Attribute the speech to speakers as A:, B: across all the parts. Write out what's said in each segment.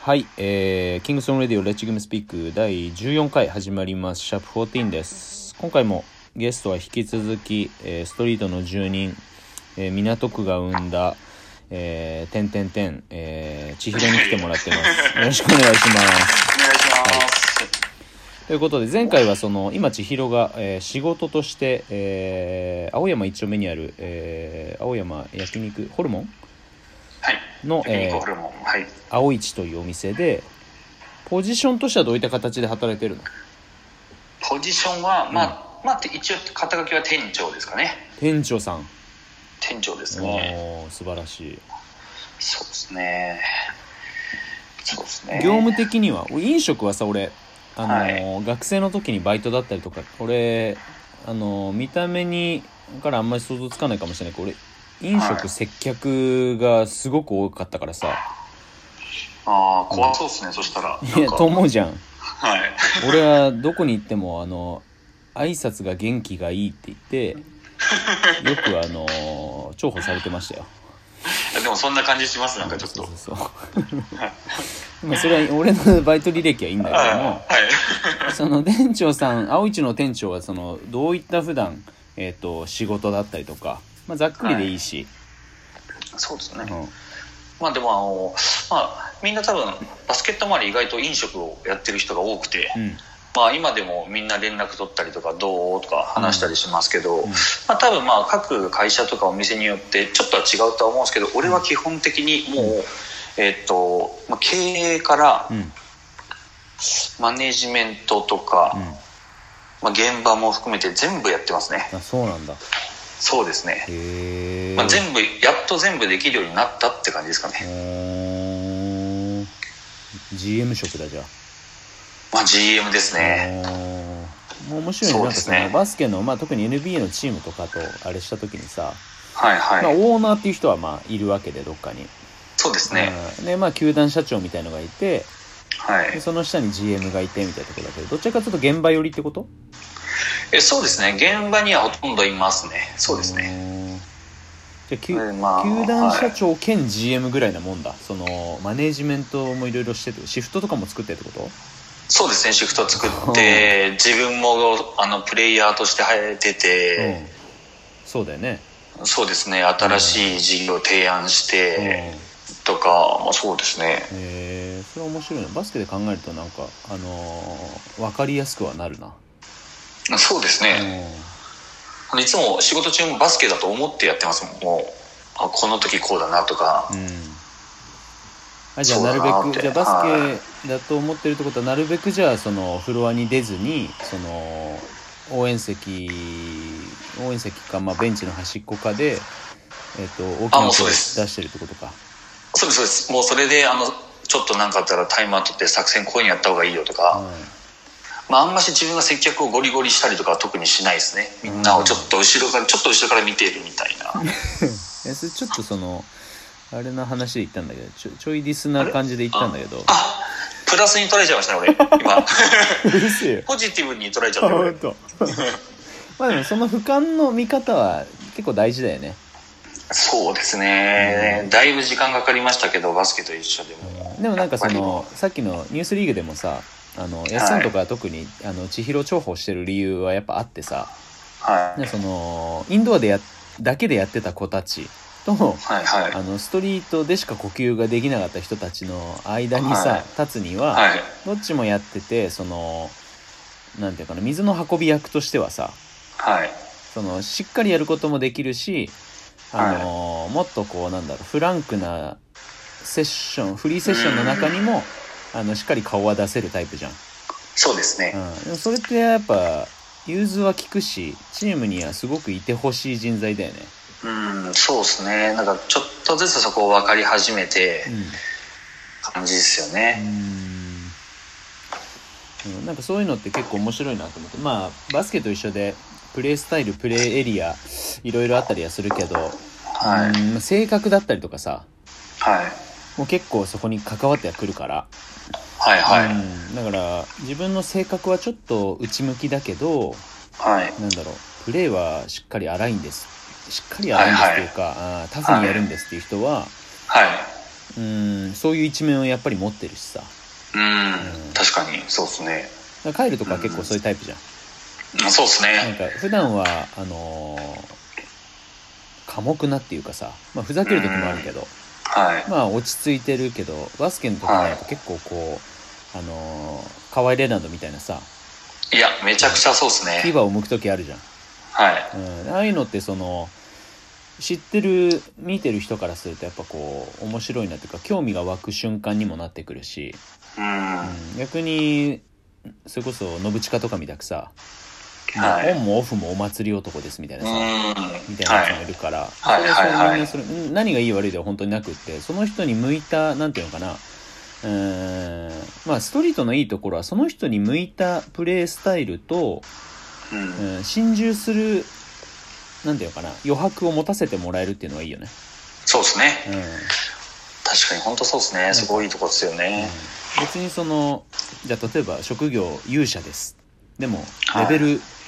A: はい、えー、キングソンレディオレッチグムスピーク第14回始まります、シャープ14です。今回もゲストは引き続き、えーストリートの住人、えー港区が生んだ、えー、てんてんてん、えー、千尋に来てもらって ます。よろしくお願いします。
B: お願いします。
A: ということで、前回はその、今千尋が、えー仕事として、えー青山一丁目にある、えー青山焼肉、ホルモン
B: はい。
A: の、
B: ユ
A: え
B: ニコ
A: ー
B: ホルモン。はい。
A: 青市というお店で、ポジションとしてはどういった形で働いてるの
B: ポジションは、まあ、まあ、一応、肩書きは店長ですかね。
A: 店長さん。
B: 店長ですね。
A: おー素晴らしい。
B: そうですね。そうですね。
A: 業務的には、俺飲食はさ、俺、あのー学生の時にバイトだったりとか、俺、あのー見た目に、からあんまり想像つかないかもしれないけど、俺、飲
B: は
A: 食
B: い
A: 接客がすごく多かったからさ、
B: ああ、怖そうですね、そしたら。
A: い
B: なん
A: や、
B: か
A: と思うじゃん。
B: はい。
A: 俺はどこに行ってもあの挨拶が元気がいいって言ってよくあの重宝されてましたよ
B: でも、そんな感じします、なんかちょっと。
A: そうそう そうまあそれは俺のバイト履歴はいいんだけども
B: ああはい。
A: その店長さん青市の店長はそのどういった普段えっ、と仕事だったりとか、まあ、ざっくりでいいし、
B: そうです
A: うん
B: ね。まあ、でも、あの、まあ、みんな多分、バスケット周り意外と飲食をやってる人が多くて、
A: うん
B: まあ、今でもみんな連絡取ったりとか、どうとか話したりしますけど、
A: うん
B: まあ、多分まあ各会社とかお店によってちょっとは違うとは思うんですけど俺は基本的にもう、えっとまあ経営から
A: うん
B: マネジメントとか、
A: うん
B: まあ、現場も含めて全部やってますね
A: あそうなんだ
B: そうですね、
A: へえ、
B: まあ、全部やっと全部できるようになったって感じですかね、
A: おー GM 職だじゃあ
B: まあ、GM ですね
A: もう面白いね
B: そう
A: なんか
B: です
A: そ
B: ね
A: のバスケの、まあ、特に NBA のチームとかとあれした時にさ、
B: はいはい、
A: まあ、オーナーっていう人はまあいるわけでどっかに、
B: そうですね、
A: うんでまあ球団社長みたいのがいて
B: は
A: で
B: い
A: その下に GM がいてみたいなところだけどどちらかというと現場寄りってこと
B: えそうですね現場にはほとんどいますねそうですね、
A: ねじゃあ球
B: でまあ
A: 球団社
B: はい
A: 長兼 GM ぐらいなもんだ、そのマネージメントもいろいろしててシフトとかも作ってってこと
B: そうですねシフト作って自分もあのプレイヤーとして入ってて、
A: うんそうだよね、
B: そうですね新しい事業を提案して
A: うん
B: とか、まあ、そうですね
A: へえそれは面白いなバスケで考えるとなんかあのー、分かりやすくはなるな、
B: そうです
A: う
B: ね、
A: ん
B: あのいつも仕事中もバスケだと思ってやってますもんもうあこの時こうだなとか、
A: うんあじゃあ
B: そう
A: な
B: だ
A: る
B: な
A: べ
B: っ
A: く
B: て
A: じゃあバスケだと思ってるってことはなるべくじゃあそのフロアに出ずにその応援席応援席か、まあ、ベンチの端っこかで、えっと大きな
B: あもう
A: 声
B: そう
A: 出
B: です
A: してるってことか
B: そうですそうですもうそれであのちょっと何かあったらタイマー取って作戦こういうふうにやった方がいいよとか、まあ、あんまし自分が接客をゴリゴリしたりとかは特にしないですねみんなをちょっと後ろからちょっと後ろから見ているみたいな
A: うん、えそれちょっとそのあれの話で言ったんだけどちょちょいディスな感じで言ったんだけど
B: あプラスに捉えちゃいましたね俺今
A: うるせえよ
B: ポジティブに捉えちゃっ
A: あ
B: た 俺
A: 本当。まあでもその俯瞰の見方は結構大事だよね。
B: そうですね、だいぶ時間かかりましたけどバスケと一緒でも、
A: でもなんかそ
B: やっ
A: のさっきのニュースリーグでもさ、あの安んとか特にあの千尋重宝してる理由はやっぱあってさ、
B: はい
A: ねそのインドアでやだけでやってた子たちと。
B: はいはい
A: あのストリートでしか呼吸ができなかった人たちの間にさ、
B: はい
A: 立つには、
B: はい
A: どっちもやっててそのなんていうかな水の運び役としてはさ、
B: はい
A: そのしっかりやることもできるし、あのーもっとこうなんだろうフランクなセッションフリーセッションの中にも、あのしっかり顔は出せるタイプじゃん、
B: そうですね、
A: うん、でもそれってやっぱ融通は効くしチームにはすごくいてほしい人材だよね、
B: うん、そうですねなんかちょっとずつそこを分かり始めて
A: うん
B: 感じですよね、
A: うんなんかそういうのって結構面白いなと思ってまあバスケと一緒でプレースタイルプレーエリアいろいろあったりはするけど、
B: はい
A: うん性格だったりとかさ
B: はい
A: もう結構そこに関わってはくるから、
B: はいはい、
A: うんだから自分の性格はちょっと内向きだけど
B: はい
A: なんだろうプレーはしっかり荒いんですしっかり荒いんですというか、あータフにやるんですっていう人は、
B: はい
A: うんそういう一面をやっぱり持ってるしさ
B: うん、確かに、そうですね。
A: だからカイルとか結構そういうタイプじゃん、
B: うんそうです
A: なん
B: ね。
A: か普段はあのー寡黙なっていうかさ、まあ、ふざける時もあるけど、
B: はい。
A: まあ落ち着いてるけどバスケの時になると結構こう、あのー、河合レナードみたいなさ
B: いや、めちゃくちゃそうです
A: 牙
B: ね。
A: を向く時あるじゃん、
B: はい。
A: うん、ああいうのってその知ってる見てる人からするとやっぱこう面白いなっていうか興味が湧く瞬間にもなってくるし、
B: うん。
A: うん、逆にそれこそ信近とかみたくさ、
B: はい
A: オンもオフもお祭り男ですみたいな
B: う
A: さ、
B: ん。
A: みたいなやつも
B: はい
A: るから、
B: はい
A: それは
B: はい
A: みんなそれうん何がいい悪いでは本当になくってその人に向いたなんていうのかなうーんまあストリートのいいところはその人に向いたプレースタイルと、
B: い。うん。
A: うん、心中するなんていうのかな余白を持たせてもらえるっていうのはいいよね。
B: そうですね。
A: うん
B: 確かに、本当そうですね。すごいいいとこですよね。
A: 別にそのじゃあ例えば職業勇者ですでも
B: は
A: レベ
B: い
A: ル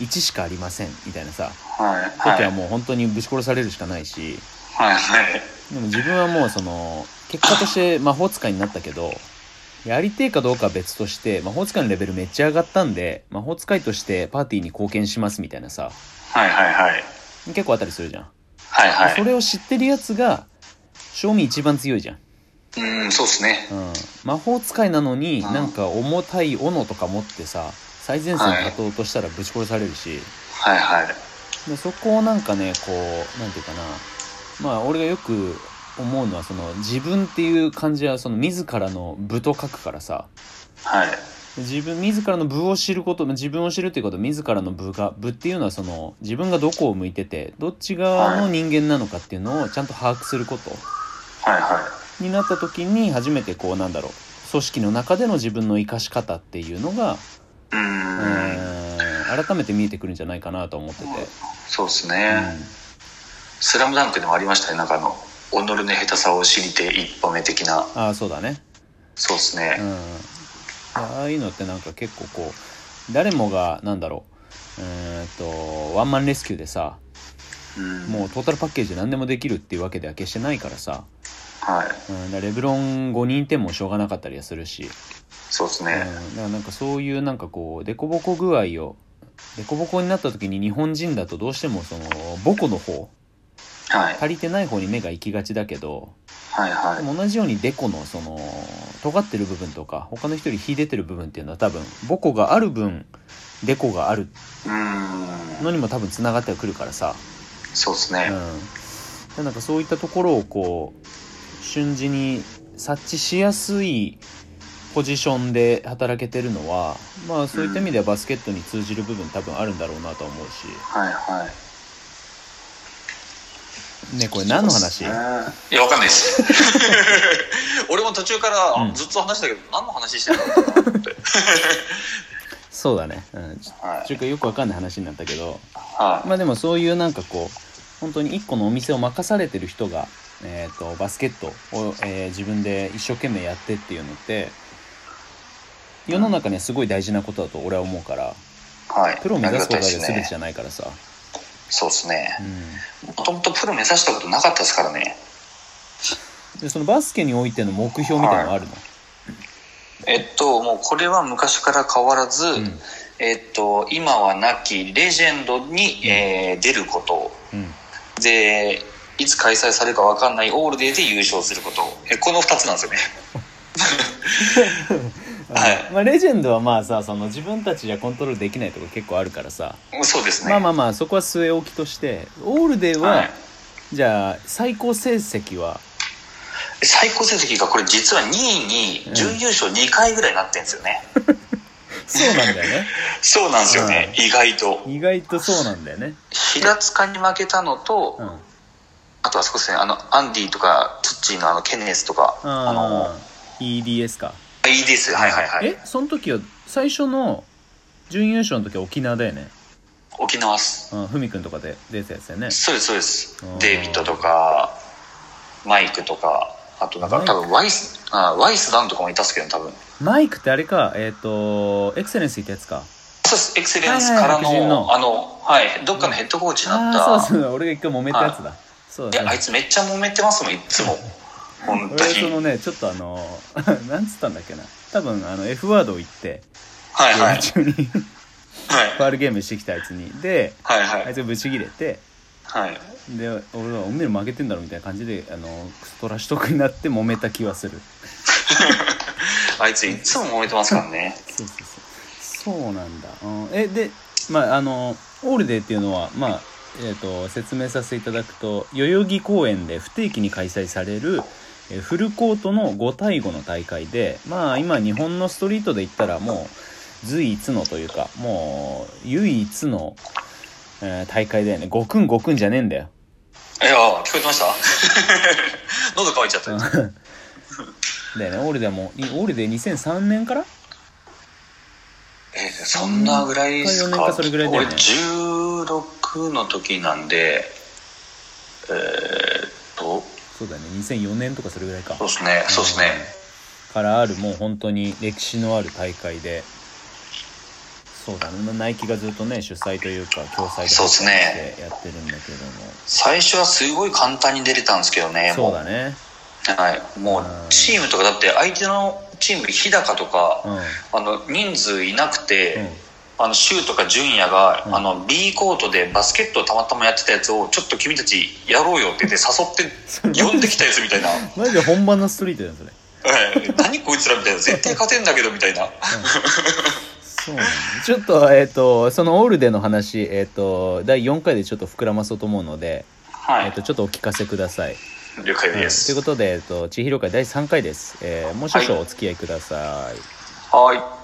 A: 1しかありませんみたいなさ
B: はい。はい。
A: 時は
B: はい。
A: もう本当にぶち殺されるしかないし
B: はい。
A: でも自分はもうその結果として魔法使いになったけどやりてえかどうかは別として魔法使いのレベルめっちゃ上がったんで魔法使いとしてパーティーに貢献しますみたいなさ
B: はい。はい。はい。
A: 結構あったりするじゃん、
B: はい。は
A: それを知ってるやつが賞味一番強いじゃん、
B: い。うん、そうですね。
A: うん、魔法使いなのに
B: うん
A: なんか重たい斧とか持ってさ最前線に立とうとしたらぶち殺されるし、
B: はい。はい。
A: でそこをなんかねこうなんていうかなまあ俺がよく思うのはその自分っていう感じはその自らの部と書くからさ
B: はい。
A: 自分自らの部を知ること自分を知るっていうこと自らの部が部っていうのはその自分がどこを向いててどっち側の人間なのかっていうのをちゃんと把握すること
B: はい。はい。
A: になった時に初めてこうなんだろう組織の中での自分の生かし方っていうのが、
B: う
A: う
B: ーん、
A: ーん改めて見えてくるんじゃないかなと思ってて。
B: そうです
A: うん
B: ね、スラムダンクでもありましたね、なんかあの、己の下手さを知りて一歩目的な、
A: ああそうだね
B: そうです
A: う
B: ね、
A: ん、ああいうのってなんか結構こう誰もがなんだろううーんとワンマンレスキューでさ
B: うん、
A: もうトータルパッケージで何でもできるっていうわけでは決してないからさ、
B: はい、
A: うん、だからレブロン5人いてもしょうがなかったりはするし、
B: そうです
A: うん、だ
B: ね、
A: からなんかそういうなんかこう凸凹具合を凸凹になった時に日本人だとどうしてもその母語の方
B: はい、
A: 足りてない方に目が行きがちだけど
B: はい、
A: で
B: はい、
A: も同じようにデコのその尖ってる部分とか他の人より秀でてる部分っていうのは多分ボコがある分デコがある
B: うーん、
A: のにも多分つながってはくるからさ、
B: そうです
A: うん、
B: ね、
A: でなんかそういったところをこう瞬時に察知しやすいポジションで働けてるのはまあそういった意味ではバスケットに通じる部分多分あるんだろうなとは思うし
B: はい、はい。
A: ねこれ何の話
B: そうっすねいや、わかんな いです。俺も途中から、
A: うん
B: ずっと話したけど、何の話して るのかなと思って。
A: そうだね、うん、ちょ
B: はい
A: ち、ょっとよくわかんない話になったけど
B: はい、
A: まあでもそういうなんかこう本当に一個のお店を任されてる人が、えー、とバスケットを、えー自分で一生懸命やってっていうのって世の中にはすごい大事なことだと俺は思うから
B: はい、
A: プロを目指すことが
B: ありがたい
A: 全
B: で
A: て
B: す
A: じ
B: ね。
A: ゃないからさ、
B: そうですね
A: う。
B: もともとプロ目指したことなかったですからね。
A: ん、でそのバスケにおいての目標みたいなのはあるの、
B: えっと、もうこれは昔から変わらず、
A: ん
B: えっと、今はなきレジェンドに、えー出ること。
A: うん
B: で、いつ開催されるかわかんないオールデーで優勝すること。えこの二つなんですよね。はい
A: まあ、レジェンドはまあさその自分たちじゃコントロールできないとこ結構あるからさ、
B: そうですね。
A: まあまあまあそこは据え置きとしてオールデーは、
B: はい
A: じゃあ最高成績は
B: 最高成績がこれ実は2位
A: う
B: に
A: ん
B: 準優勝2回ぐらいなってんですよね。
A: そうなんだよ ね
B: そうなんですよね。意外と。
A: 意外とそうなんだよね
B: 平塚に負けたのと、
A: うん
B: あとは少しね、あの、アンディとか、ツッチーのあの、ケネスとか、あの、
A: あー EDS か
B: いいです。はいはいはい。
A: えその時は最初の準優勝の時は沖縄だよね
B: 沖縄っす。
A: うんふみくんとかで出たやつだよね
B: そうですそうです
A: うん
B: デイビッドとかマイクとかあとなんか
A: マイク
B: 多分ワイスあワイスダンとかもいたっすけど多分
A: マイクってあれかえっ、とエクセレンスってやつか
B: そうですエクセレンスからの,、
A: はいはいはい
B: あのはいどっかのヘッドコーチになった
A: ああーそうそう俺が一回揉めたやつだそう
B: で
A: だ
B: あいつめっちゃ揉めてますもんいっつも本
A: 俺
B: 当
A: はそ
B: に。
A: のねちょっとあの なんつったんだっけな多分あの F ワードを言って
B: はい
A: ゲ
B: は
A: ー
B: い
A: ム。中に フ
B: はい。
A: ァールゲームしてきたやつにで
B: はい
A: あ
B: はいい。
A: つがブチ切れて
B: はい。
A: で俺はおめえ負けてんだろみたいな感じであのクソトラしとくになって揉めた気はする
B: あいついつも揉めてますからね。
A: そうそうそうそうなんだ、うん、えでまああのオールデーっていうのはまあえっ、と説明させていただくと代々木公園で不定期に開催されるえーフルコートの5対5の大会でまあ今日本のストリートで言ったらもう随一のというかもう唯一の、えー大会だよね5くん5くんじゃねえんだよ
B: いや、聞こえてました 喉乾いちゃった。はい
A: だよねオールデーもいオールデー2003年から
B: えーそんなぐらいです
A: 四年
B: か
A: かそれぐらいだよね
B: 俺16の時なんでえーっと
A: そうだね2004年とかそれぐらいか
B: そうですねそうですね
A: からあるもう本当に歴史のある大会でそうだねナイキがずっとね主催というか共催で
B: そうっすね
A: やってるんだけども
B: 最初はすごい簡単に出れたんですけどね
A: そうだね
B: はい、も
A: うん
B: うチームとかだって相手のチーム日高とか、
A: う
B: あの人数いなくて、
A: んうん
B: あの柊とか純也が、
A: うん
B: あの B コートでバスケットをたまたまやってたやつをちょっと君たちやろうよって言って誘って呼んできたやつみ たいなは
A: マジで本番のストリートだよそれ
B: い何こいつらみたいな絶対勝てんだけどみたいな
A: そうなんだちょっとえっ、とそのオールデーの話えっ、と第4回でちょっと膨らまそうと思うので、
B: は
A: えっとちょっとお聞かせください、
B: い了解
A: うんとい
B: です、
A: うことで、えっと千尋会第3回です、えーもう少々お付き合いください
B: はい